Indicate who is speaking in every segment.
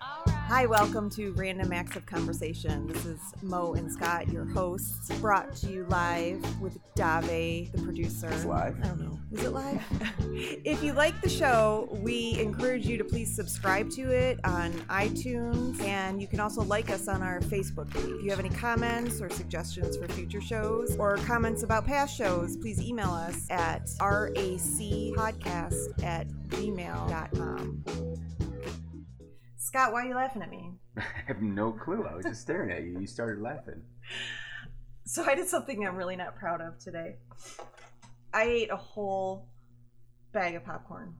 Speaker 1: Hi, welcome to Random Acts of Conversation. This is Mo and Scott, your hosts, brought to you live with Dave, the producer.
Speaker 2: It's live.
Speaker 1: I don't know. Is it live? if you like the show, we encourage you to please subscribe to it on iTunes, and you can also like us on our Facebook page. If you have any comments or suggestions for future shows or comments about past shows, please email us at racpodcast at gmail.com. Scott, why are you laughing at me?
Speaker 2: I have no clue. I was just staring at you. You started laughing.
Speaker 1: So I did something I'm really not proud of today. I ate a whole bag of popcorn.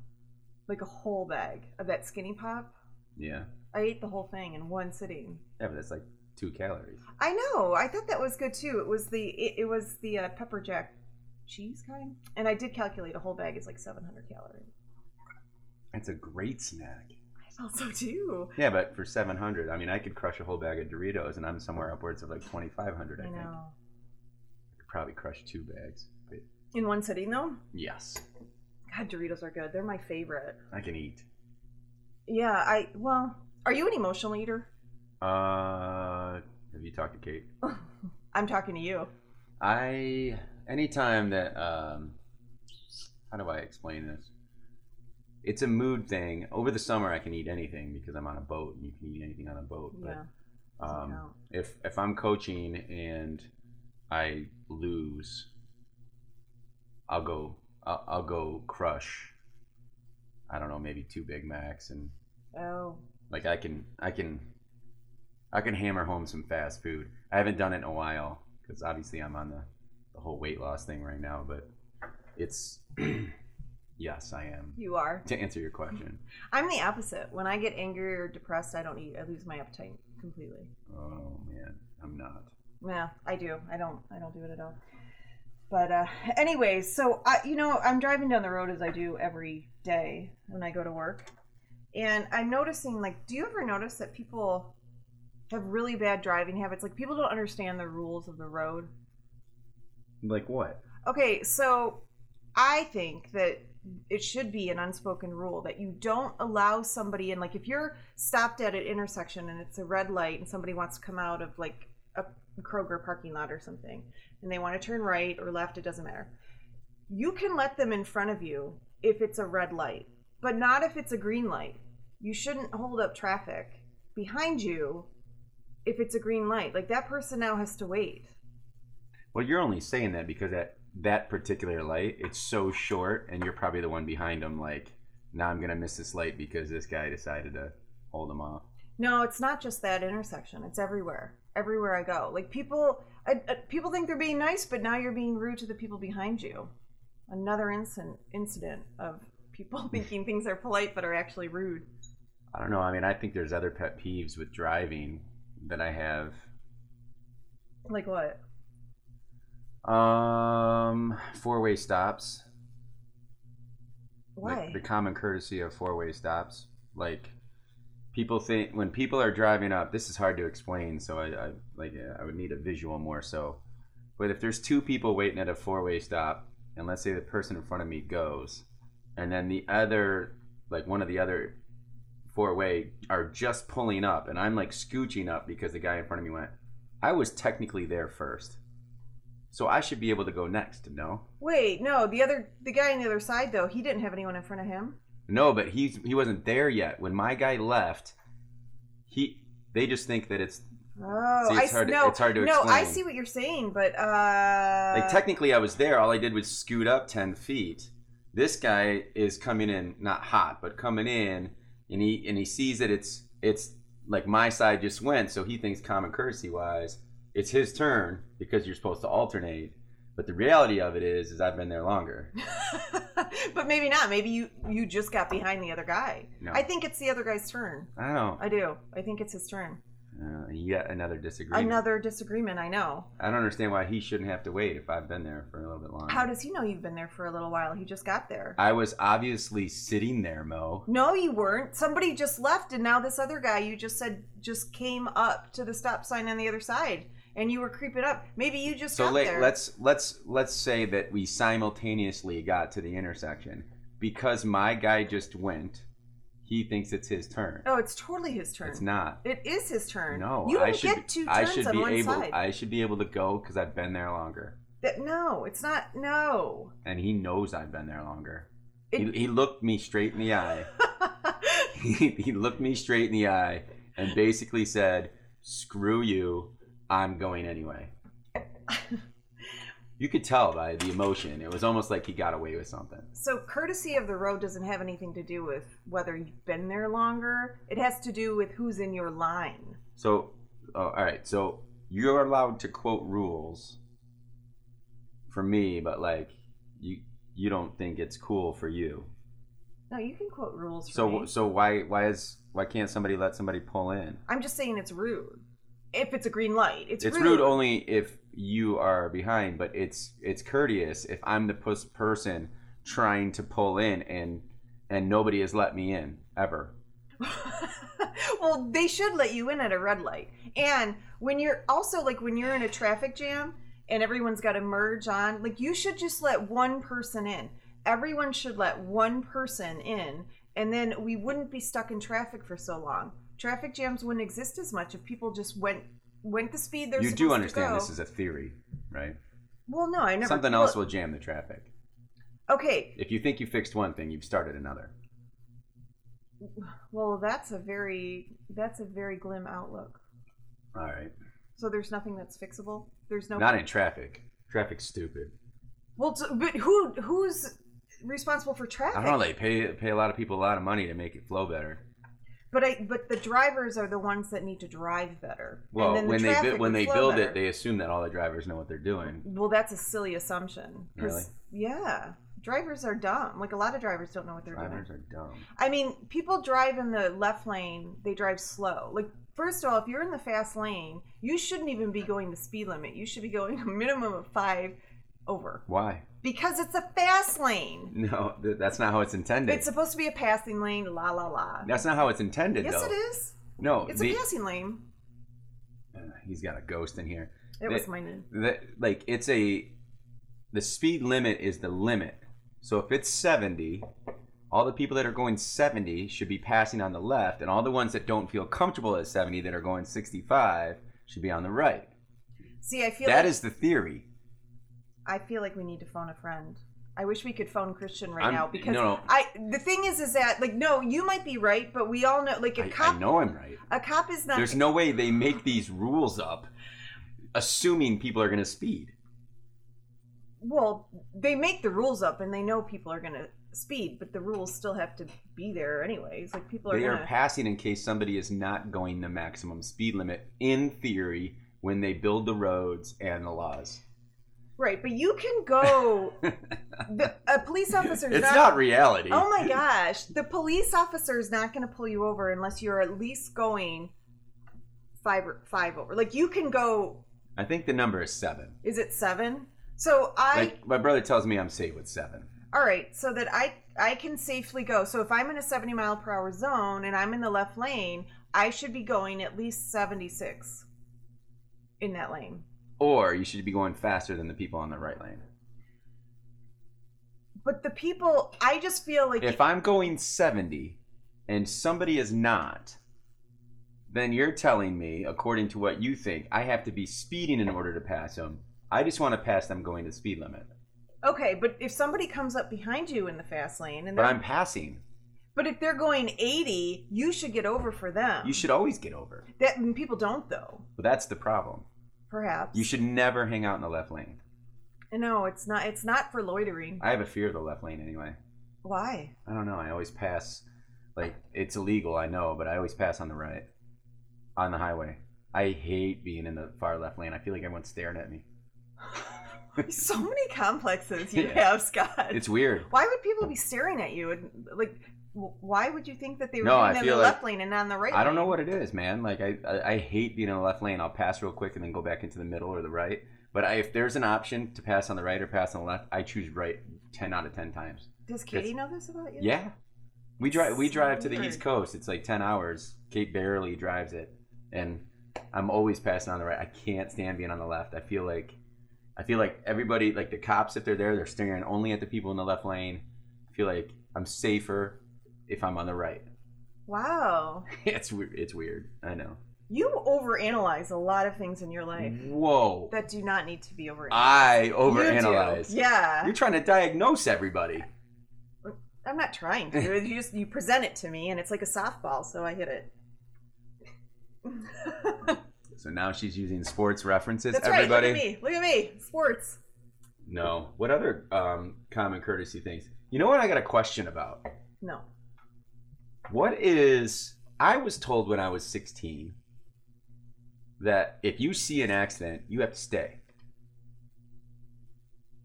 Speaker 1: Like a whole bag of that skinny pop.
Speaker 2: Yeah.
Speaker 1: I ate the whole thing in one sitting.
Speaker 2: Yeah, but that's like two calories.
Speaker 1: I know. I thought that was good too. It was the it, it was the uh, pepper jack cheese kind. And I did calculate a whole bag is like 700 calories.
Speaker 2: That's a great snack.
Speaker 1: I felt so too.
Speaker 2: Yeah, but for 700, I mean, I could crush a whole bag of Doritos and I'm somewhere upwards of like 2,500,
Speaker 1: I
Speaker 2: I, think. I
Speaker 1: know.
Speaker 2: could probably crush two bags. But
Speaker 1: In one sitting though?
Speaker 2: yes,
Speaker 1: God, Doritos are good. They're my favorite.
Speaker 2: I can eat.
Speaker 1: Yeah, I well, are you an emotional eater?
Speaker 2: Uh, have you talked to Kate?
Speaker 1: I'm talking to you.
Speaker 2: I anytime that um how do I explain this? It's a mood thing. Over the summer I can eat anything because I'm on a boat and you can eat anything on a boat.
Speaker 1: Yeah.
Speaker 2: But
Speaker 1: doesn't
Speaker 2: um
Speaker 1: count.
Speaker 2: if if I'm coaching and I lose I'll go I'll, I'll go crush I don't know, maybe two Big Macs and
Speaker 1: Oh,
Speaker 2: like I can I can I can hammer home some fast food. I haven't done it in a while because obviously I'm on the, the whole weight loss thing right now. But it's yes, I am.
Speaker 1: you are.
Speaker 2: To answer your question,
Speaker 1: I'm the opposite. When I get angry or depressed, I don't eat. I lose my appetite completely.
Speaker 2: oh man, I'm not.
Speaker 1: Yeah, I do. I don't. I don't do it at all. But uh, anyway, so I, you know, I'm driving down the road as I do every day when I go to work, and I'm noticing. Like, do you ever notice that people have really bad driving habits? Like, people don't understand the rules of the road.
Speaker 2: Like what?
Speaker 1: Okay, so I think that it should be an unspoken rule that you don't allow somebody in. Like, if you're stopped at an intersection and it's a red light and somebody wants to come out of like a Kroger parking lot or something and they want to turn right or left, it doesn't matter. You can let them in front of you if it's a red light, but not if it's a green light. You shouldn't hold up traffic behind you if it's a green light. Like, that person now has to wait.
Speaker 2: Well, you're only saying that because at that particular light, it's so short, and you're probably the one behind them. Like now, I'm gonna miss this light because this guy decided to hold him off.
Speaker 1: No, it's not just that intersection. It's everywhere. Everywhere I go, like people, I, I, people think they're being nice, but now you're being rude to the people behind you. Another incident incident of people thinking things are polite but are actually rude.
Speaker 2: I don't know. I mean, I think there's other pet peeves with driving that I have
Speaker 1: Like what?
Speaker 2: Um, four-way stops.
Speaker 1: Why?
Speaker 2: Like the common courtesy of four-way stops. Like people think when people are driving up, this is hard to explain. So I, I like uh, I would need a visual more so. But if there's two people waiting at a four-way stop, and let's say the person in front of me goes, and then the other, like one of the other four-way, are just pulling up, and I'm like scooching up because the guy in front of me went. I was technically there first. So I should be able to go next, no?
Speaker 1: Wait, no. The other, the guy on the other side though, he didn't have anyone in front of him.
Speaker 2: No, but he's he wasn't there yet. When my guy left, he they just think that it's
Speaker 1: Oh,
Speaker 2: See, it's
Speaker 1: I s-
Speaker 2: hard to-
Speaker 1: no,
Speaker 2: it's hard to
Speaker 1: no. I
Speaker 2: explain.
Speaker 1: see what you're saying, but uh,
Speaker 2: like technically I was there. All I did was scoot up ten feet. This guy is coming in not hot, but coming in and he and he sees that it's it's like my side just went, so he thinks common courtesy wise, it's his turn because you're supposed to alternate. But the reality of it is is I've been there longer.
Speaker 1: but maybe not. Maybe you you just got behind the other guy.
Speaker 2: No.
Speaker 1: I think it's the other guy's turn.
Speaker 2: I don't know.
Speaker 1: I do. I think it's his turn.
Speaker 2: Uh, yet another disagreement.
Speaker 1: Another disagreement, I know.
Speaker 2: I don't understand why he shouldn't have to wait if I've been there for a little bit longer.
Speaker 1: How does he know you've been there for a little while? He just got there.
Speaker 2: I was obviously sitting there, Mo.
Speaker 1: No, you weren't. Somebody just left, and now this other guy you just said just came up to the stop sign on the other side, and you were creeping up. Maybe you just
Speaker 2: So
Speaker 1: got
Speaker 2: let,
Speaker 1: there.
Speaker 2: let's let's let's say that we simultaneously got to the intersection because my guy just went. he thinks it's his turn.
Speaker 1: Oh, it's totally his turn.
Speaker 2: It's not.
Speaker 1: It is his turn.
Speaker 2: No,
Speaker 1: you don't
Speaker 2: I should.
Speaker 1: get two
Speaker 2: I
Speaker 1: turns
Speaker 2: should
Speaker 1: on
Speaker 2: be
Speaker 1: one
Speaker 2: able.
Speaker 1: side.
Speaker 2: I should be able to go because I've been there longer,
Speaker 1: That- no, it's not. No.
Speaker 2: and he knows I've been there longer.
Speaker 1: It-
Speaker 2: he, he looked me straight in the eye. he, he looked me straight in the eye and basically said, "Screw you, I'm going anyway." you could tell by the emotion. It was almost like he got away with something.
Speaker 1: so courtesy of the road doesn't have anything to do with whether you've been there longer. It has to do with who's in your line.
Speaker 2: So, oh, all right. So you're allowed to quote rules for me, but like you, you don't think it's cool for you.
Speaker 1: No, you can quote rules. For
Speaker 2: So,
Speaker 1: me.
Speaker 2: so why, why is, why can't somebody let somebody pull in?
Speaker 1: I'm just saying it's rude. If it's a green light, it's,
Speaker 2: It's, rude. only if you are behind, but it's it's courteous if I'm the pus- person trying to pull in and and nobody has let me in ever.
Speaker 1: well, they should let you in at a red light. And when you're also like when you're in a traffic jam and everyone's got to merge on, like you should just let one person in. Everyone should let one person in, and then we wouldn't be stuck in traffic for so long. Traffic jams wouldn't exist as much if people just went went the speed they're
Speaker 2: you
Speaker 1: supposed
Speaker 2: do understand
Speaker 1: to go.
Speaker 2: this is a theory, right?
Speaker 1: well, no, I never
Speaker 2: Something
Speaker 1: well,
Speaker 2: else will jam the traffic.
Speaker 1: Okay,
Speaker 2: If you think you fixed one thing, you've started another.
Speaker 1: well that's a very that's a very glim outlook.
Speaker 2: All right.
Speaker 1: So there's nothing that's fixable. There's no
Speaker 2: Not in traffic. Traffic's stupid.
Speaker 1: Well, t- but who who's responsible for traffic?
Speaker 2: I don't know. They pay pay a lot of people a lot of money to make it flow better.
Speaker 1: But I but the drivers are the ones that need to drive better.
Speaker 2: Well,
Speaker 1: And then the
Speaker 2: when they
Speaker 1: traffic
Speaker 2: bu- when
Speaker 1: would
Speaker 2: they
Speaker 1: flow
Speaker 2: build
Speaker 1: better.
Speaker 2: it, they assume that all the drivers know what they're doing.
Speaker 1: well, that's a silly assumption. 'cause- Yeah, drivers are dumb. Like a lot of drivers don't know what they're doing.
Speaker 2: Drivers are dumb.
Speaker 1: I mean, people drive in the left lane, they drive slow. Like, first of all, if you're in the fast lane, you shouldn't even be going the speed limit. You should be going a minimum of five over
Speaker 2: Why?
Speaker 1: because it's a fast lane.
Speaker 2: No, th- that's not how it's intended.
Speaker 1: It's supposed to be a passing lane, la la la.
Speaker 2: That's not how it's intended,
Speaker 1: yes,
Speaker 2: though.
Speaker 1: it is.
Speaker 2: No,
Speaker 1: It's
Speaker 2: the,
Speaker 1: a passing lane.
Speaker 2: Ugh, he's got a ghost in here.
Speaker 1: It
Speaker 2: They-
Speaker 1: was my knee.
Speaker 2: The, like it's a, the speed limit is the limit. So if it's seventy, all the people that are going seventy should be passing on the left, and all the ones that don't feel comfortable at seventy that are going sixty-five should be on the right.
Speaker 1: See, I feel
Speaker 2: That
Speaker 1: like,
Speaker 2: is the theory.
Speaker 1: I feel like we need to phone a friend. I wish we could phone Christian right
Speaker 2: I'm-
Speaker 1: now because
Speaker 2: no, no.
Speaker 1: I the thing is is that like no, you might be right, but we all know like a
Speaker 2: I,
Speaker 1: cop
Speaker 2: I know I'm right.
Speaker 1: a cop is not
Speaker 2: There's no way they make these rules up, assuming people are going to speed.
Speaker 1: well, they make the rules up and they know people are going to speed, but the rules still have to be there anyways. Like people are
Speaker 2: they
Speaker 1: going
Speaker 2: are
Speaker 1: to
Speaker 2: passing in case somebody is not going the maximum speed limit in theory when they build the roads and the laws.
Speaker 1: Right, but you can go the, a police officer is
Speaker 2: it's not, reality.
Speaker 1: Oh my gosh. The police officer is not going to pull you over unless you're at least going five or five over. Like you can go,
Speaker 2: I think the number is seven.
Speaker 1: is it seven? So I,
Speaker 2: Like my brother tells me, I'm safe with seven.
Speaker 1: all right, so that I, I can safely go. So if I'm in a 70 mile per hour zone and I'm in the left lane, I should be going at least 76 in that lane.
Speaker 2: Or you should be going faster than the people on the right lane.
Speaker 1: But the people, I just feel like
Speaker 2: If I'm going 70 and somebody is not, then you're telling me, according to what you think, I have to be speeding in order to pass them. I just want to pass them going the speed limit.
Speaker 1: okay, but if somebody comes up behind you in the fast lane and
Speaker 2: But
Speaker 1: they're,
Speaker 2: I'm passing.
Speaker 1: but if they're going 80, you should get over for them.
Speaker 2: You should always get over.
Speaker 1: That and people don't though.
Speaker 2: But that's the problem.
Speaker 1: Perhaps
Speaker 2: You should never hang out in the left lane.
Speaker 1: No, it's not. It's not for loitering.
Speaker 2: I have a fear of the left lane anyway.
Speaker 1: Why?
Speaker 2: I don't know. I always pass, like, it's illegal, I know, but I always pass on the right, on the highway. I hate being in the far left lane. I feel like everyone's staring at me.
Speaker 1: so many complexes you
Speaker 2: Yeah.
Speaker 1: have, Scott.
Speaker 2: It's weird.
Speaker 1: Why would people be staring at you? And like, w- why would you think that they were
Speaker 2: No,
Speaker 1: doing
Speaker 2: I
Speaker 1: it in the
Speaker 2: feel
Speaker 1: left lane and not in the right?
Speaker 2: I don't know
Speaker 1: lane?
Speaker 2: what it is, man. Like, I, I, I hate being in the left lane. I'll pass real quick and then go back into the middle or the right. But I, if there's an option to pass on the right or pass on the left, I choose right 10 out of 10 times.
Speaker 1: Does Katie know this about you?
Speaker 2: Yeah. We drive we
Speaker 1: So
Speaker 2: drive to the
Speaker 1: weird.
Speaker 2: East Coast. It's like 10 hours. Kate barely drives it and I'm always passing on the right. I can't stand being on the left. I feel like I feel like everybody like the cops if they're there, they're staring only at the people in the left lane. I feel like I'm safer if I'm on the right.
Speaker 1: Wow.
Speaker 2: it's weird. It's weird. I know.
Speaker 1: You overanalyze a lot of things in your life
Speaker 2: Whoa.
Speaker 1: that do not need to be overanalyzed.
Speaker 2: Mm-hmm. I
Speaker 1: You do.
Speaker 2: overanalyze.
Speaker 1: Yeah.
Speaker 2: You're trying to diagnose everybody.
Speaker 1: I'm not trying to. You just you present it to me and it's like a softball, so I hit it.
Speaker 2: So now she's using sports references.
Speaker 1: That's
Speaker 2: everybody.
Speaker 1: right. Look at me. Look at me. Sports.
Speaker 2: No. What other um, common courtesy things? You know what I got a question about?
Speaker 1: No.
Speaker 2: What is. I was told when I was 16 that if you see an accident, you have to stay.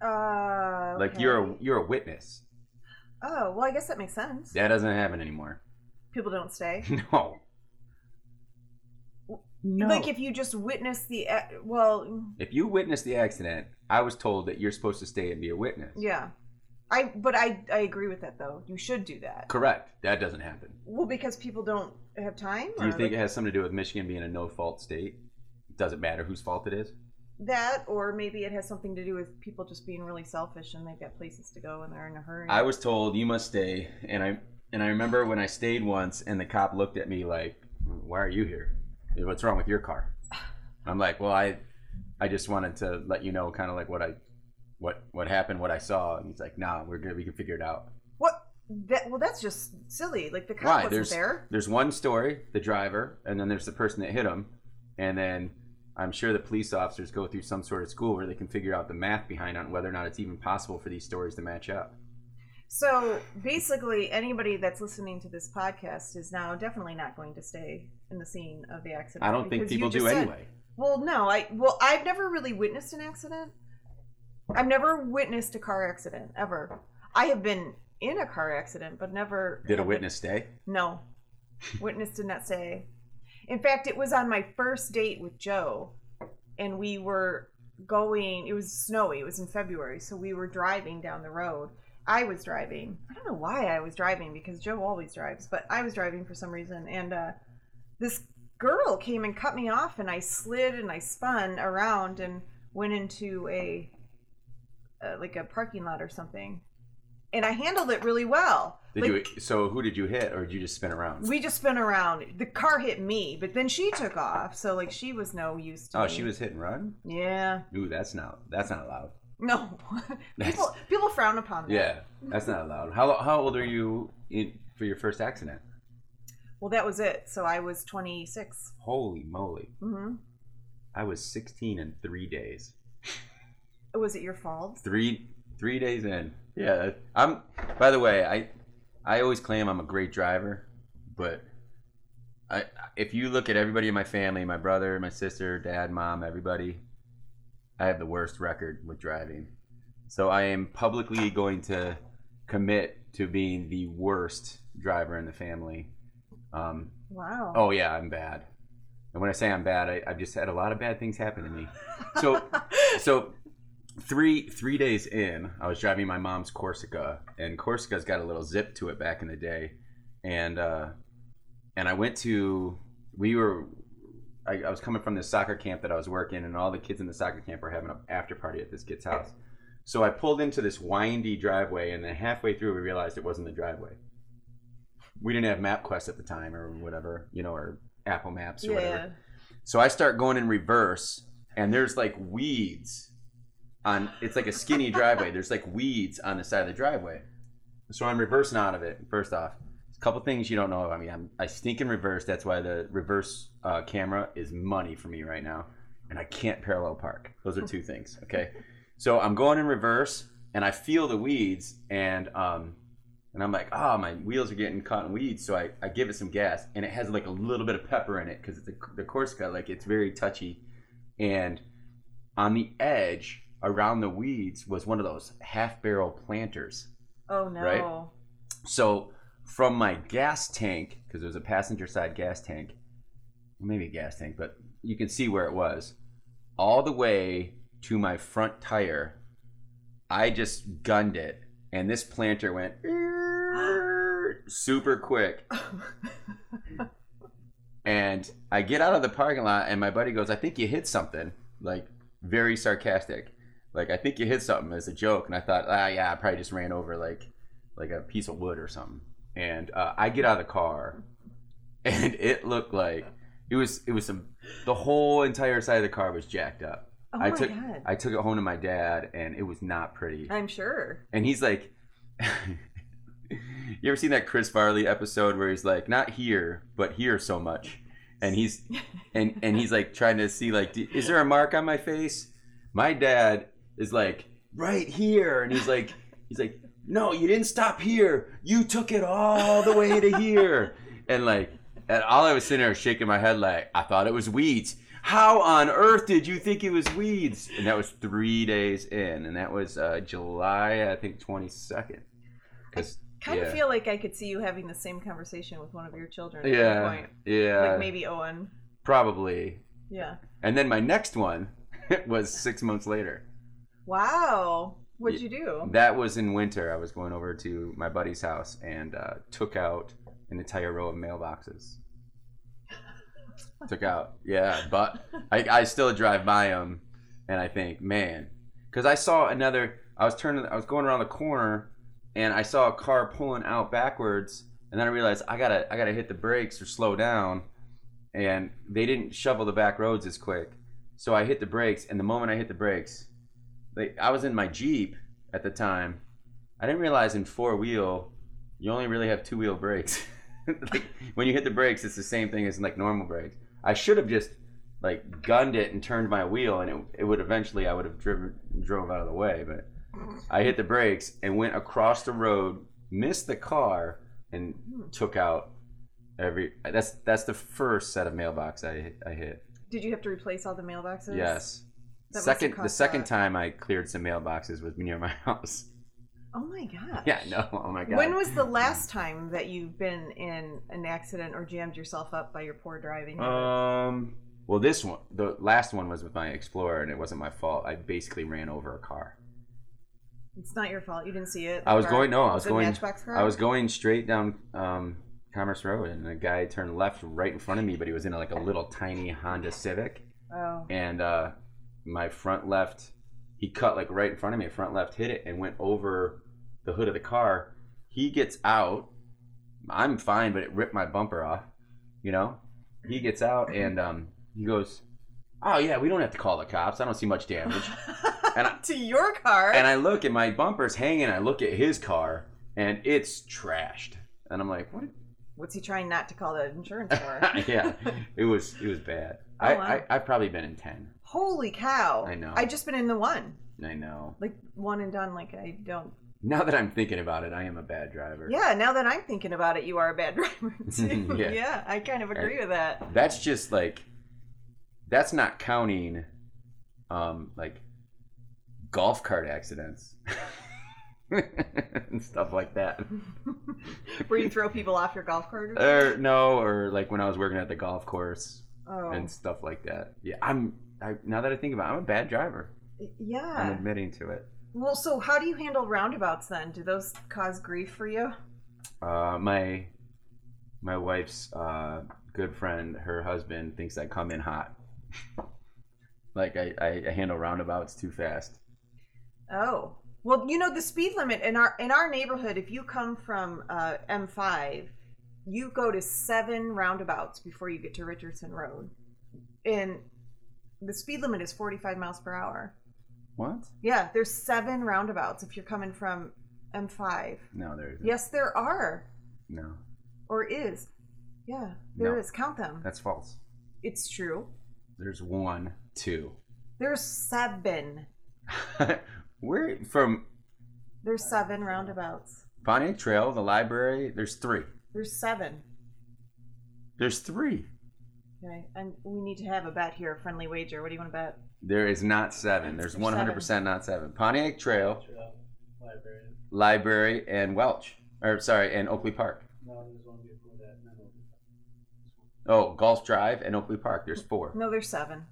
Speaker 1: Uh
Speaker 2: Like
Speaker 1: okay.
Speaker 2: you're a, you're a witness.
Speaker 1: Oh, well I guess that makes sense.
Speaker 2: That doesn't happen anymore.
Speaker 1: People don't stay.
Speaker 2: no.
Speaker 3: No.
Speaker 1: Like if you just witness the ac- well,
Speaker 2: If you witness the accident, I was told that you're supposed to stay and be a witness.
Speaker 1: yeah. I but I I agree with that though. You should do that.
Speaker 2: Correct. That doesn't happen.
Speaker 1: Well, because people don't have time.
Speaker 2: Do you
Speaker 1: or
Speaker 2: think it
Speaker 1: like
Speaker 2: has something to do with Michigan being a no fault state? Doesn't matter whose fault it is.
Speaker 1: that, or maybe it has something to do with people just being really selfish and they've got places to go and they're in a hurry?
Speaker 2: I was told you must stay, and I and I remember when I stayed once, and the cop looked at me like, "Why are you here? What's wrong with your car?" I'm like, "Well, I I just wanted to let you know, kind of like what I what what happened, what I saw." And he's like, "Nah, we're good. We can figure it out."
Speaker 1: what? That well, that's just silly. Like the cop
Speaker 2: Why?
Speaker 1: wasn't
Speaker 2: There's-
Speaker 1: there.
Speaker 2: There's one story, the driver, and then there's the person that hit him, and then. I'm sure the police officers go through some sort of school where they can figure out the math behind it and whether or not it's even possible for these stories to match up.
Speaker 1: So basically, anybody that's listening to this podcast is now definitely not going to stay in the scene of the accident.
Speaker 2: I don't think
Speaker 1: because you
Speaker 2: people
Speaker 1: just
Speaker 2: do
Speaker 1: said-
Speaker 2: anyway.
Speaker 1: Well, no, I well, I've never really witnessed an accident. I've never witnessed a car accident ever. I have been in a car accident, but never
Speaker 2: Did a witness stay?
Speaker 1: No, witness did not say. In fact, it was on my first date with Joe, and we were going. It was snowy. It was in February, so we were driving down the road. I was driving. I don't know why I was driving because Joe always drives, but I was driving for some reason. And uh, this girl came and cut me off, and I slid and I spun around and went into a uh, like a parking lot or something. And I handled it really well.
Speaker 2: Did
Speaker 1: Like,
Speaker 2: you? So who did you hit, or did you just spin around?
Speaker 1: we just spun around. The car hit me, but then she took off. So like she was no use to
Speaker 2: oh,
Speaker 1: me.
Speaker 2: she was hit and run.
Speaker 1: Yeah.
Speaker 2: Ooh, that's not that's not allowed.
Speaker 1: No.
Speaker 2: That's-
Speaker 1: people people frown upon that.
Speaker 2: Yeah, that's not allowed. How how old are you in, for your first accident?
Speaker 1: Well, that was it. So I was 26.
Speaker 2: Holy moly!
Speaker 1: hmm
Speaker 2: I was 16 in three days.
Speaker 1: Was it your fault?
Speaker 2: Three three days in. Yeah, I'm. By the way, I I always claim I'm a great driver, but I if you look at everybody in my family, my brother, my sister, dad, mom, everybody, I have the worst record with driving. So I am publicly going to commit to being the worst driver in the family. Um,
Speaker 1: Wow.
Speaker 2: oh yeah, I'm bad. And when I say I'm bad, I, I've just had a lot of bad things happen to me. So so three three days in i was driving my mom's corsica and corsica's got a little zip to it back in the day and uh and i went to we were I, I was coming from this soccer camp that i was working and all the kids in the soccer camp were having an after party at this kid's house so i pulled into this windy driveway and then halfway through we realized it wasn't the driveway we didn't have mapquest at the time or whatever you know or apple maps or whatever
Speaker 1: yeah.
Speaker 2: so I start going in reverse, and there's like weeds on. It's like a skinny driveway. There's like weeds on the side of the driveway. So I'm reversing out of it. First off, a couple things you don't know about me. I'm, I stink in reverse. That's why the reverse uh, camera is money for me right now, and I can't parallel park. Those are two things. Okay. So I'm going in reverse, and I feel the weeds, and um, and I'm like, oh, my wheels are getting caught in weeds. So I, I give it some gas, and it has like a little bit of pepper in it because the, the Corsica, like it's very touchy. And on the edge around the weeds was one of those half barrel planters.
Speaker 1: Oh no.
Speaker 2: Right? So from my gas tank, because it was a passenger side gas tank, maybe a gas tank, but you can see where it was, all the way to my front tire, I just gunned it, and this planter went super quick. And I get out of the parking lot, and my buddy goes, I think you hit something. Like, very sarcastic. Like, I think you hit something as a joke. And I thought, ah, yeah, I probably just ran over, like, like a piece of wood or something. And uh, I get out of the car, and it looked like it was it was some the whole entire side of the car was jacked up.
Speaker 1: Oh
Speaker 2: I
Speaker 1: my
Speaker 2: took
Speaker 1: god.
Speaker 2: I took it home to my dad, and it was not pretty.
Speaker 1: I'm sure.
Speaker 2: And he's like, you ever seen that Chris Farley episode where he's like, not here, but here so much, and he's and and he's like trying to see like, "D- is there a mark on my face? My dad is like right here, and he's like he's like, no, you didn't stop here. You took it all the way to here, and like, and all I was sitting there shaking my head like, I thought it was weeds. How on earth did you think it was weeds? And that was three days in, and that was uh, July, I think, twenty second. Because
Speaker 1: Kind
Speaker 2: Yeah.
Speaker 1: of feel like I could see you having the same conversation with one of your children at that
Speaker 2: yeah,
Speaker 1: point.
Speaker 2: yeah,
Speaker 1: Like maybe Owen.
Speaker 2: probably.
Speaker 1: Yeah.
Speaker 2: And then my next one was six months later.
Speaker 1: Wow. What'd
Speaker 2: Yeah.
Speaker 1: you do?
Speaker 2: That was in winter. I was going over to my buddy's house and uh, took out an entire row of mailboxes. took out, yeah. But I, I still drive by them, and I think, man, because I saw another. I was turning. I was going around the corner, and I saw a car pulling out backwards. And then I realized I gotta, I gotta hit the brakes or slow down. And they didn't shovel the back roads as quick, so I hit the brakes. And the moment I hit the brakes, like I was in my Jeep at the time. I didn't realize in four wheel, you only really have two wheel brakes. like when you hit the brakes, it's the same thing as like normal brakes. I should have just like gunned it and turned my wheel, and it, it would eventually I would have driven drove out of the way. But I hit the brakes and went across the road, missed the car, and
Speaker 1: Mm-hmm.
Speaker 2: took out every. That's that's the first set of mailbox I I hit.
Speaker 1: Did you have to replace all the mailboxes?
Speaker 2: Yes.
Speaker 1: That must have
Speaker 2: second the
Speaker 1: cost a
Speaker 2: second
Speaker 1: lot.
Speaker 2: time I cleared some mailboxes was near my house.
Speaker 1: Oh my gosh.
Speaker 2: Yeah, no. Oh my god.
Speaker 1: When was the last time that you've been in an accident or jammed yourself up by your poor driving?
Speaker 2: Um. Well, this one, the last one was with my Explorer, and it wasn't my fault. I basically ran over a car.
Speaker 1: it's not your fault. You didn't see it.
Speaker 2: I was
Speaker 1: Or-
Speaker 2: going. No, I was
Speaker 1: was it
Speaker 2: going.
Speaker 1: Matchbox car?
Speaker 2: I was going straight down um, Commerce Road, and a guy turned left right in front of me, but he was in like a little tiny Honda Civic,
Speaker 1: Oh.
Speaker 2: and uh, my front left, he cut like right in front of me. Front left hit it and went over the hood of the car. He gets out. I'm fine, but it ripped my bumper off. You know, he gets out
Speaker 1: Mm-hmm.
Speaker 2: and um, he goes, "Oh yeah, we don't have to call the cops. I don't see much damage." And I-
Speaker 1: to your car.
Speaker 2: and I look at my bumper's hanging. I look at his car, and it's trashed. And I'm like, "What?
Speaker 1: What's he trying not to call the insurance for?
Speaker 2: yeah, it was it was bad.
Speaker 1: Oh,
Speaker 2: I,
Speaker 1: wow.
Speaker 2: I I've probably been in ten.
Speaker 1: Holy cow!
Speaker 2: I know.
Speaker 1: I just been in the one,
Speaker 2: I know.
Speaker 1: like one and done. Like I don't.
Speaker 2: Now that I'm thinking about it, I am a bad driver.
Speaker 1: Yeah. Now that I'm thinking about it, you are a bad driver too.
Speaker 2: Yeah.
Speaker 1: yeah. I kind of agree with that.
Speaker 2: That's just like that's not counting um like golf cart accidents. and stuff like that.
Speaker 1: Where you throw people off your golf cart. Or
Speaker 2: Or no, or like when I was working at the golf course
Speaker 1: oh.
Speaker 2: and stuff like that. Yeah, I'm I now that I think about it, I'm a bad driver. I'm
Speaker 1: yeah.
Speaker 2: admitting to it.
Speaker 1: Well, so how do you handle roundabouts then? Do those cause grief for you?
Speaker 2: Uh, my my wife's uh, good friend, her husband thinks I come in hot. like I, I, I handle roundabouts too fast.
Speaker 1: Oh. Well, you know the speed limit in our in our neighborhood. If you come from uh, M5, you go to seven roundabouts before you get to Richardson Road, and the speed limit is 45 miles per hour.
Speaker 2: What?
Speaker 1: Yeah, there's seven roundabouts if you're coming from M5.
Speaker 2: No, there isn't.
Speaker 1: Yes, there are
Speaker 2: No,
Speaker 1: or is. Yeah, there is.
Speaker 2: No.
Speaker 1: Count them.
Speaker 2: that's false.
Speaker 1: It's true.
Speaker 2: There's one, two.
Speaker 1: There's seven.
Speaker 2: We're from
Speaker 1: There's seven roundabouts.
Speaker 2: Pontiac Trail, the library. There's three.
Speaker 1: There's seven.
Speaker 2: There's three.
Speaker 1: Okay, and we need to have a bet here, a friendly wager. What do you want to bet?
Speaker 2: There is not seven. There's
Speaker 1: There's
Speaker 2: 100% not seven. Pontiac Trail,
Speaker 3: Trail, library.
Speaker 2: library, and Welch. Or sorry, and Oakley Park.
Speaker 3: No, there's one before that. No, no.
Speaker 2: Oh, Golf Drive and Oakley Park. There's four.
Speaker 1: No, there's seven.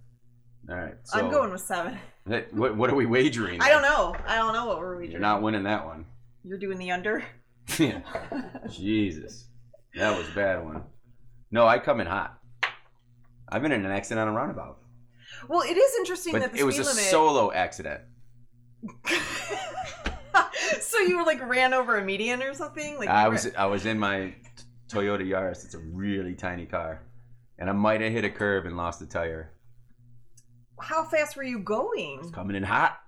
Speaker 2: All right. So
Speaker 1: I'm going with seven.
Speaker 2: That, what, what are we wagering?
Speaker 1: I don't know. I don't know what we're
Speaker 2: You're
Speaker 1: wagering.
Speaker 2: not winning that one.
Speaker 1: You're doing the under.
Speaker 2: Yeah. Jesus, that was a bad one. No, I come in hot. I've been in an accident on a roundabout,
Speaker 1: Well, it is interesting that
Speaker 2: but
Speaker 1: the
Speaker 2: it was
Speaker 1: speed
Speaker 2: a
Speaker 1: limit.
Speaker 2: solo accident.
Speaker 1: so you were like ran over a median or something? Like you
Speaker 2: I
Speaker 1: were-
Speaker 2: was I was in my t- Toyota Yaris. It's a really tiny car, and I might have hit a curb and lost a tire.
Speaker 1: How fast were you
Speaker 2: It's
Speaker 1: going?
Speaker 2: coming in hot.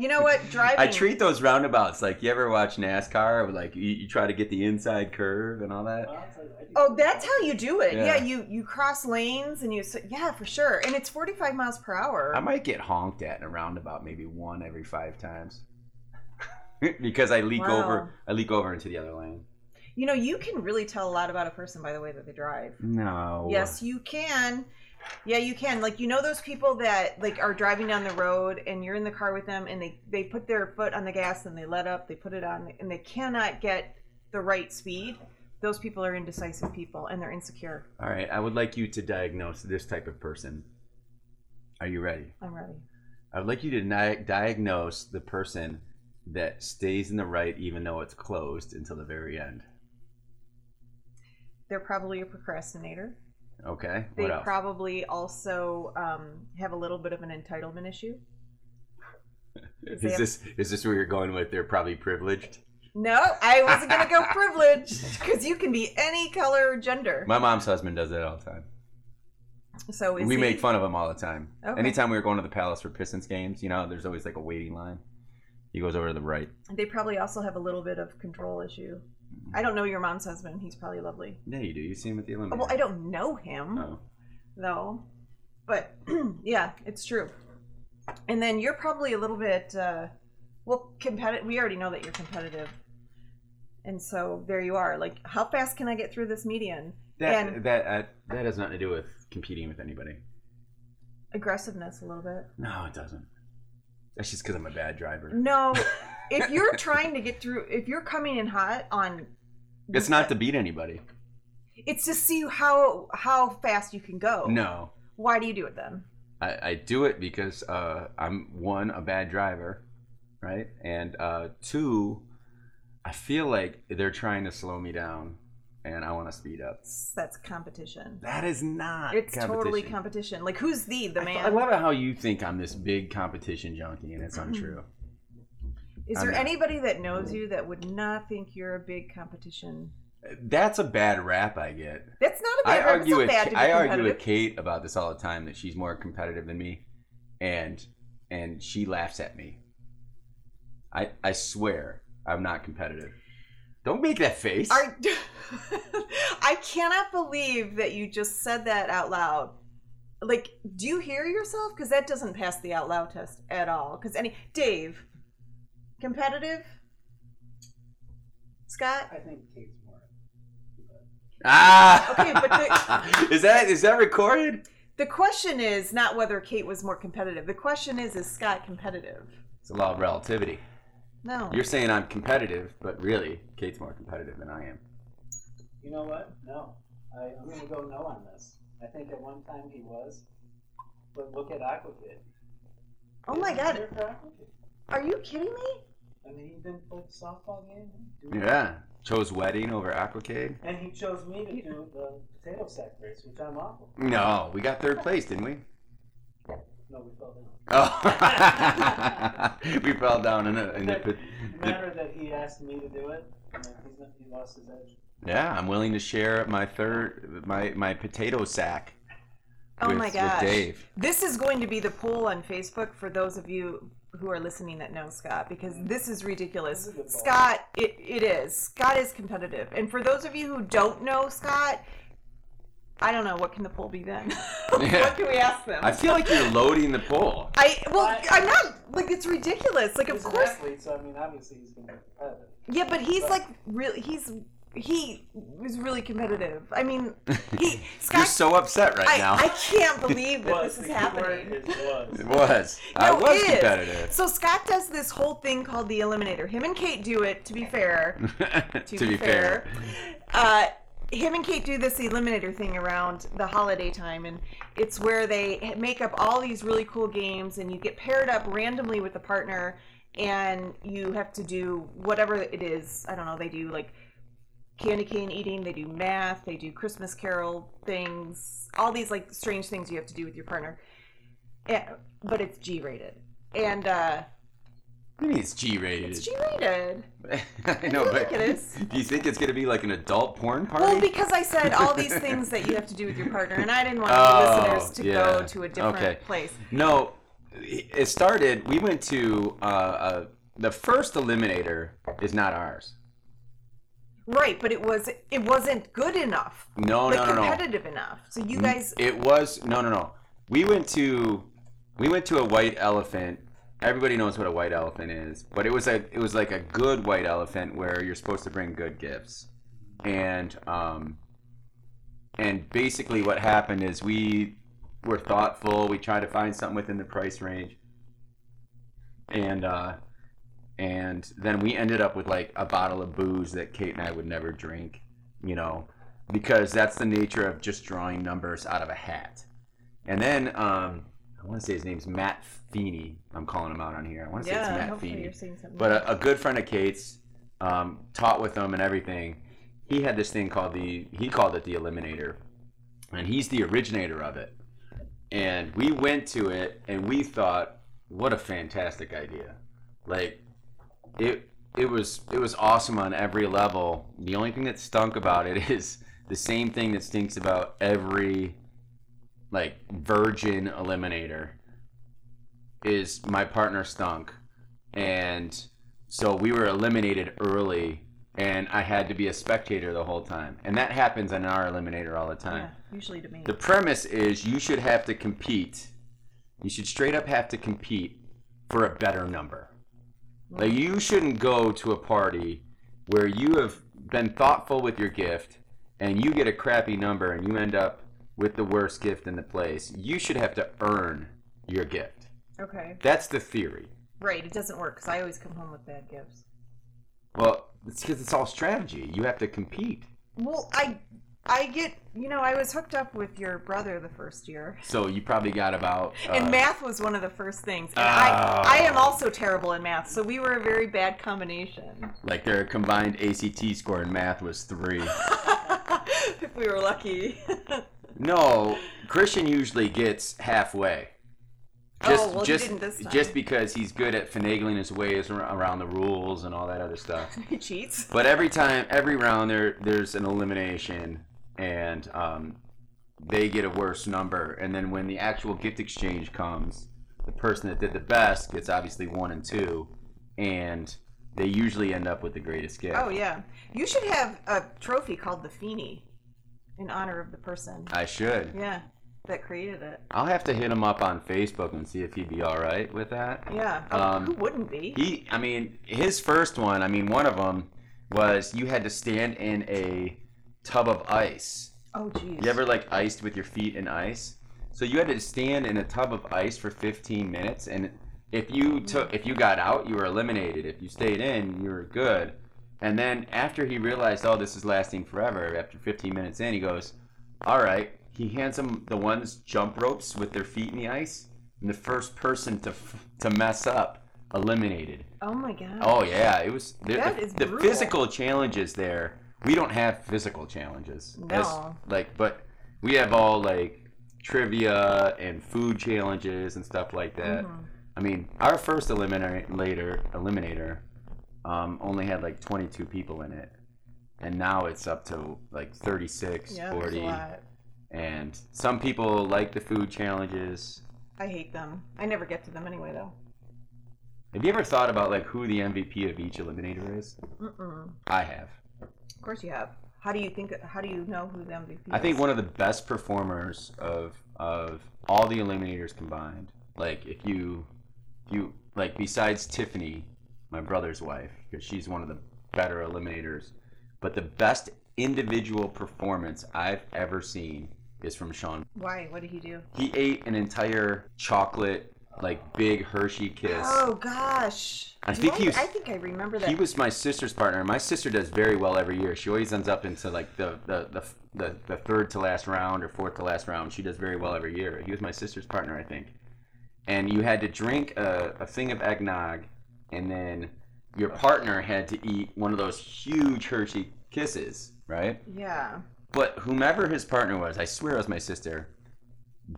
Speaker 1: You know what? Driving.
Speaker 2: I treat those roundabouts like you ever watch NASCAR, where, like you, you try to get the inside curve and all that.
Speaker 1: Oh, that's how you do it.
Speaker 2: Yeah.
Speaker 1: Yeah, you you cross lanes and you s- yeah for sure. And it's forty five miles per hour.
Speaker 2: I might get honked at in a roundabout maybe one every five times because I leak
Speaker 1: Wow.
Speaker 2: over. I leak over into the other lane.
Speaker 1: you know, you can really tell a lot about a person by the way that they drive.
Speaker 2: No.
Speaker 1: Yes, you can. Yeah, you can. Like you know those people that like are driving down the road and you're in the car with them and they they put their foot on the gas and they let up, they put it on and they cannot get the right speed. Those people are indecisive people and they're insecure.
Speaker 2: All right. I would like you to diagnose this type of person. Are you ready?
Speaker 1: I'm ready.
Speaker 2: I would like you to ni- diagnose the person that stays in the right even though it's closed until the very end.
Speaker 1: They're probably a procrastinator.
Speaker 2: Okay.
Speaker 1: They
Speaker 2: what else?
Speaker 1: probably also um, have a little bit of an entitlement issue.
Speaker 2: is this is this where you're going with? They're probably privileged.
Speaker 1: No, I wasn't gonna go privileged because you can be any color or gender.
Speaker 2: My mom's husband does that all the time.
Speaker 1: so Oh, is
Speaker 2: we
Speaker 1: he-
Speaker 2: make fun of him all the time.
Speaker 1: Okay.
Speaker 2: Anytime we were going to the Palace for Pistons games, you know, there's always like a waiting line. He goes over to the right.
Speaker 1: They probably also have a little bit of control issue. I don't know your mom's husband. He's probably lovely.
Speaker 2: Yeah, you do. You see him at the Olympics.
Speaker 1: Well, I don't know him
Speaker 2: Oh.
Speaker 1: though, but yeah, it's true. And then you're probably a little bit uh, well competitive. We already know that you're competitive, and so there you are. Like, how fast can I get through this median?
Speaker 2: That
Speaker 1: And-
Speaker 2: that uh, that has nothing to do with competing with anybody.
Speaker 1: Aggressiveness, a little bit.
Speaker 2: No, it doesn't. That's just because I'm a bad driver.
Speaker 1: No, if you're trying to get through, if you're coming in hot on,
Speaker 2: It's not to beat anybody.
Speaker 1: It's to see how how fast you can go.
Speaker 2: No,
Speaker 1: Why do you do it then?
Speaker 2: I, I do it because uh, I'm one a bad driver, right? And uh, two, I feel like they're trying to slow me down, and I want to speed up.
Speaker 1: It's- That's competition.
Speaker 2: That is not.
Speaker 1: It's totally
Speaker 2: competition.
Speaker 1: competition. Like who's the the
Speaker 2: I,
Speaker 1: man?
Speaker 2: I love it how you think I'm this big competition junkie, and it's
Speaker 1: Mm-hmm.
Speaker 2: untrue.
Speaker 1: Is
Speaker 2: I'm
Speaker 1: there
Speaker 2: not.
Speaker 1: anybody that knows you that would not think you're a big competition?
Speaker 2: That's a bad rap I get.
Speaker 1: That's not a
Speaker 2: I
Speaker 1: bad. rep.
Speaker 2: argue
Speaker 1: it's
Speaker 2: with
Speaker 1: not bad to be
Speaker 2: I argue
Speaker 1: competitive.
Speaker 2: with Kate about this all the time that she's more competitive than me, and and she laughs at me. I I swear I'm not competitive. Don't make that face.
Speaker 1: Are, I cannot believe that you just said that out loud. Like, do you hear yourself? Because that doesn't pass the out loud test at all. Because any Dave, competitive. Scott,
Speaker 3: I think Kate's more.
Speaker 2: ah.
Speaker 1: Okay, but
Speaker 2: is that is that recorded?
Speaker 1: the question is not whether Kate was more competitive. The question is, is Scott competitive?
Speaker 2: It's a law of relativity.
Speaker 1: No.
Speaker 2: You're saying I'm competitive, but really Kate's more competitive than I am.
Speaker 3: You know what? No. I, I'm going to go no on this. I think at one time he was. But look at Aqua Kid.
Speaker 1: oh my God,
Speaker 3: Here for Aqua Kid.
Speaker 1: are you kidding me?
Speaker 3: I mean, he didn't play the softball game. he didn't do it.
Speaker 2: Yeah, chose wedding over Aquacade.
Speaker 3: And he chose me to do the potato sack race, which I'm awful.
Speaker 2: No, we got third place, didn't we?
Speaker 3: No, we fell down.
Speaker 2: Oh, we fell down in, a, in the, the.
Speaker 3: Remember that he asked me to do it, and then he's not, he lost his edge.
Speaker 2: Yeah, I'm willing to share my third my my potato sack.
Speaker 1: Oh
Speaker 2: with,
Speaker 1: my
Speaker 2: with
Speaker 1: gosh.
Speaker 2: Dave.
Speaker 1: This is going to be the poll on Facebook for those of you who are listening that know Scott because this is ridiculous.
Speaker 3: This is a good poll.
Speaker 1: Scott, it, it is. Scott is competitive. And for those of you who don't know Scott, I don't know what can the poll be then.
Speaker 2: Yeah.
Speaker 1: what can we ask them?
Speaker 2: I
Speaker 1: I,
Speaker 2: feel like you're loading the poll.
Speaker 1: well,
Speaker 3: I-
Speaker 1: I'm not like it's ridiculous. Like of
Speaker 3: He's an
Speaker 1: course,
Speaker 3: athlete, so I mean, obviously he's going to be competitive.
Speaker 1: yeah, but he's like really he's he was really competitive. I mean, he
Speaker 2: You're
Speaker 1: Scott.
Speaker 2: so upset right
Speaker 1: I,
Speaker 2: now.
Speaker 1: I can't believe that
Speaker 3: Was,
Speaker 1: this is
Speaker 3: the key word
Speaker 1: happening.
Speaker 3: is was.
Speaker 2: it was. I
Speaker 1: No, it
Speaker 2: was
Speaker 1: is.
Speaker 2: competitive.
Speaker 1: So Scott does this whole thing called the Eliminator. Him and Kate do it. To be fair,
Speaker 2: to,
Speaker 1: to, be, fair, uh, him and Kate do this Eliminator thing around the holiday time, and it's where they make up all these really cool games, and you get paired up randomly with a partner, and you have to do whatever it is. I don't know. They do like candy cane eating. They do math. They do Christmas Carol things. All these like strange things you Eh, have to do with your partner. Yeah, but it's G rated, and uh,
Speaker 2: What do you mean it's G
Speaker 1: It's
Speaker 2: rated?
Speaker 1: G rated.
Speaker 2: I know,
Speaker 1: feel
Speaker 2: but
Speaker 1: like it is.
Speaker 2: do you think it's gonna be like an adult porn party?
Speaker 1: Well, because I said all these things that you have to do with your partner, and I didn't want
Speaker 2: Oh,
Speaker 1: the listeners to
Speaker 2: yeah.
Speaker 1: go to a different
Speaker 2: Okay.
Speaker 1: place.
Speaker 2: No, it started. We went to uh, uh, the first eliminator is not ours.
Speaker 1: Right, but it was it wasn't good enough,
Speaker 2: No,
Speaker 1: like
Speaker 2: no, Mm. no, no.
Speaker 1: competitive enough. So you guys,
Speaker 2: It was no, no, no. We went to we went to a white elephant. Everybody knows what a white elephant is, but it was a it was like a good white elephant where you're supposed to bring good gifts, and um, and basically what happened is we were thoughtful. We tried to find something within the price range, and uh, and then we ended up with like a bottle of booze that Kate and I would never drink, you know, because that's the nature of just drawing numbers out of a hat. And then um, I want to say his name's Matt Feeney. I'm calling him out on here. I want to say
Speaker 1: yeah,
Speaker 2: it's Matt
Speaker 1: hopefully
Speaker 2: Feeney
Speaker 1: you're seeing something.
Speaker 2: but a, a good friend of Kate's um, taught with him and everything. He had this thing called the he called it the Eliminator, and he's the originator of it. And we went to it, and we thought, what a fantastic idea! Like it it was it was awesome on every level. The only thing that stunk about it is the same thing that stinks about every like virgin eliminator is my partner stunk and so we were eliminated early and i had to be a spectator the whole time and that happens in our eliminator all the time
Speaker 1: yeah, usually to me.
Speaker 2: uh, the premise is you should have to compete. You should straight up have to compete for a better number. Like you shouldn't go to a party where you have been thoughtful with your gift and you get a crappy number and you end up with the worst gift in the place. You should have to earn your gift.
Speaker 1: okay,
Speaker 2: That's the theory.
Speaker 1: right. It doesn't work because I always come home with bad gifts.
Speaker 2: Well, it's because it's all strategy. You have to compete.
Speaker 1: Well, I I get you know I was hooked up with your brother the first year.
Speaker 2: So you probably got about
Speaker 1: And
Speaker 2: uh,
Speaker 1: math was one of the first things. And I, I am
Speaker 2: Oh.
Speaker 1: also terrible in math, so we were a very bad combination.
Speaker 2: like their combined ACT score in math was three.
Speaker 1: if we were lucky.
Speaker 2: No, Christian usually gets halfway.
Speaker 1: oh, well,
Speaker 2: just,
Speaker 1: he didn't this time.
Speaker 2: just because he's good at finagling his ways ar- around the rules and all that other stuff.
Speaker 1: he cheats.
Speaker 2: But every time, every round, there there's an elimination, and um, they get a worse number. And then when the actual gift exchange comes, the person that did the best gets obviously one and two, and they usually end up with the greatest gift.
Speaker 1: Oh, yeah. You should have a trophy called the Feeny in honor of the person.
Speaker 2: I should.
Speaker 1: Yeah, that created it.
Speaker 2: I'll have to hit him up on Facebook and see if he'd be all right with that.
Speaker 1: Yeah. Oh,
Speaker 2: Um,
Speaker 1: who wouldn't be?
Speaker 2: He, I mean, his first one. I mean, one of them was you had to stand in a tub of ice.
Speaker 1: oh, jeez.
Speaker 2: You ever like iced with your feet in ice? So you had to stand in a tub of ice for 15 minutes, and if you took, if you got out, you were eliminated. If you stayed in, you were good. And then after he realized, oh, this is lasting forever. After 15 minutes in, he goes, all right. He hands him the ones jump ropes with their feet in the ice, and the first person to f- to mess up eliminated.
Speaker 1: Oh, my God.
Speaker 2: Oh yeah, it was the,
Speaker 1: That
Speaker 2: the,
Speaker 1: is
Speaker 2: the
Speaker 1: brutal.
Speaker 2: physical challenges there. We don't have physical challenges. That's-
Speaker 1: No.
Speaker 2: like, but we have all like trivia and food challenges and stuff like that.
Speaker 1: Mm-hmm.
Speaker 2: I mean, our first eliminator eliminator um, only had like 22 people in it, and now it's up to like 36,
Speaker 1: yeah, there's
Speaker 2: 40,
Speaker 1: a lot.
Speaker 2: and some people like the food challenges.
Speaker 1: I hate them. I never get to them anyway, though.
Speaker 2: Have you ever thought about like who the MVP of each eliminator is?
Speaker 1: Mm-mm.
Speaker 2: I have.
Speaker 1: Of course you have. How do you think? How do you know who the MVP
Speaker 2: I think
Speaker 1: is?
Speaker 2: one of the best performers of of all the eliminators combined. Like if you you like besides Tiffany, my brother's wife, because she's one of the better eliminators, but the best individual performance I've ever seen is from Sean.
Speaker 1: Why? What did he do?
Speaker 2: He ate an entire chocolate like big Hershey kiss.
Speaker 1: Oh gosh!
Speaker 2: I
Speaker 1: Do
Speaker 2: think he was-
Speaker 1: I think I remember that.
Speaker 2: He was my sister's partner. My sister does very well every year. She always ends up into like the the, the, the, the third to last round or fourth to last round. She does very well every year. He was my sister's partner, I think. And you had to drink a, a thing of eggnog, and then your partner had to eat one of those huge Hershey kisses, right?
Speaker 1: yeah.
Speaker 2: But whomever his partner was, I swear it was my sister,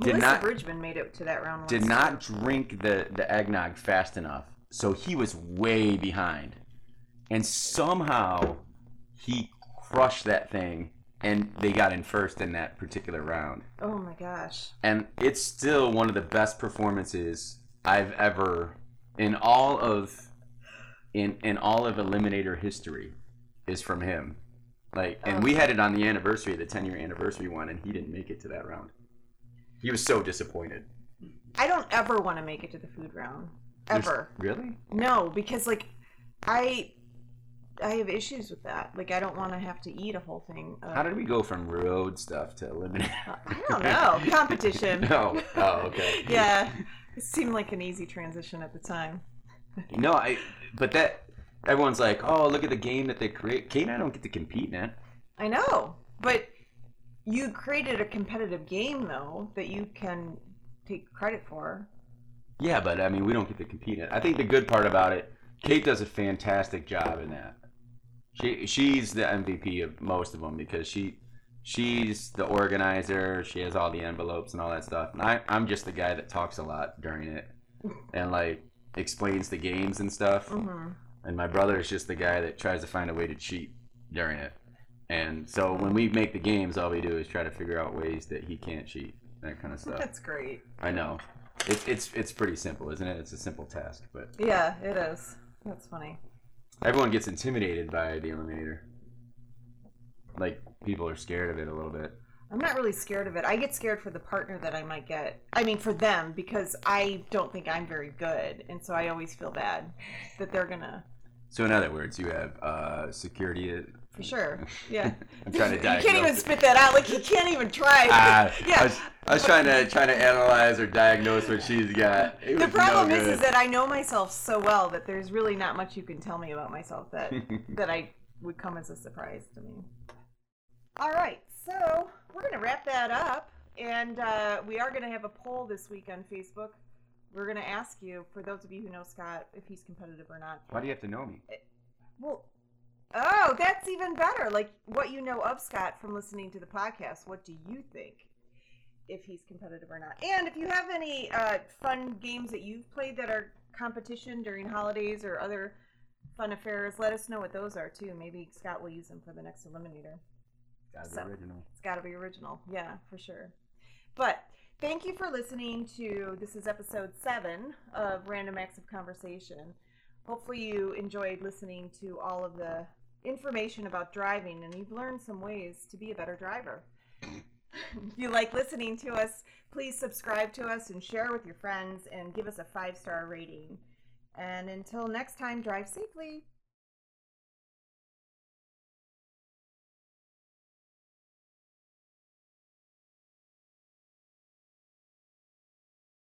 Speaker 2: did
Speaker 1: Melissa
Speaker 2: not
Speaker 1: Bridgman made it to that round.
Speaker 2: did
Speaker 1: once.
Speaker 2: not drink the, the eggnog fast enough. So he was way behind. And somehow he crushed that thing and they got in first in that particular round.
Speaker 1: Oh my gosh.
Speaker 2: And it's still one of the best performances I've ever in all of in in all of Eliminator history is from him. Like and we had it on the anniversary, the ten year anniversary one, and he didn't make it to that round. He was so disappointed.
Speaker 1: I don't ever want to make it to the food round.
Speaker 2: There's-
Speaker 1: Ever.
Speaker 2: Really?
Speaker 1: No, because like I I have issues with that. Like I don't want to have to eat a whole thing. Of,
Speaker 2: How did we go from road stuff to eliminate?
Speaker 1: I don't know. Competition.
Speaker 2: no. Oh, okay.
Speaker 1: Yeah. It seemed like an easy transition at the time.
Speaker 2: No, I. But that everyone's like, oh, look at the game that they create. Kate and I don't get to compete in it.
Speaker 1: I know. But you created a competitive game though that you can take credit for.
Speaker 2: Yeah, but I mean, we don't get to compete in it. I think the good part about it, Kate does a fantastic job in that. She she's the MVP of most of them because she she's the organizer. She has all the envelopes and all that stuff. And I I'm just the guy that talks a lot during it, and like explains the games and stuff.
Speaker 1: Mhm.
Speaker 2: and my brother is just the guy that tries to find a way to cheat during it. And so when we make the games, all we do is try to figure out ways that he can't cheat, that kind of stuff.
Speaker 1: That's great.
Speaker 2: I know, it, it's it's pretty simple, isn't it? It's a simple task, but
Speaker 1: Yeah, it is. That's funny.
Speaker 2: everyone gets intimidated by the eliminator. Like people are scared of it a little bit.
Speaker 1: I'm not really scared of it. I get scared for the partner that I might get. I mean, for them, because I don't think I'm very good. And so I always feel bad that they're going to,
Speaker 2: So in other words, you have uh, security.
Speaker 1: for sure. Yeah.
Speaker 2: I'm trying to
Speaker 1: you
Speaker 2: diagnose.
Speaker 1: can't even
Speaker 2: it.
Speaker 1: spit that out. Like, you can't even try.
Speaker 2: Ah, I
Speaker 1: yeah.
Speaker 2: was, I was trying to trying to analyze or diagnose what she's got. It
Speaker 1: the
Speaker 2: was
Speaker 1: problem
Speaker 2: no
Speaker 1: is,
Speaker 2: good.
Speaker 1: is that I know myself so well that there's really not much you can tell me about myself that that I would come as a surprise to me. All right, so we're gonna wrap that up, and uh, we are gonna have a poll this week on Facebook. We're gonna ask you, for those of you who know Scott, if he's competitive or not.
Speaker 2: Why do you have to know me?
Speaker 1: Well, oh, that's even better. Like what you know of Scott from listening to the podcast. What do you think? If he's competitive or not, and if you have any uh, fun games that you've played that are competition during holidays or other fun affairs, let us know what those are too. Maybe Scott will use them for the next eliminator.
Speaker 2: Gotta be
Speaker 1: So-
Speaker 2: original.
Speaker 1: It's got to be original. Yeah, for sure. But thank you for listening to this is episode 7 of Random Acts of Conversation. Hopefully you enjoyed listening to all of the information about driving and you've learned some ways to be a better driver. if you like listening to us, please subscribe to us and share with your friends and give us a 5-star rating. And until next time, drive safely.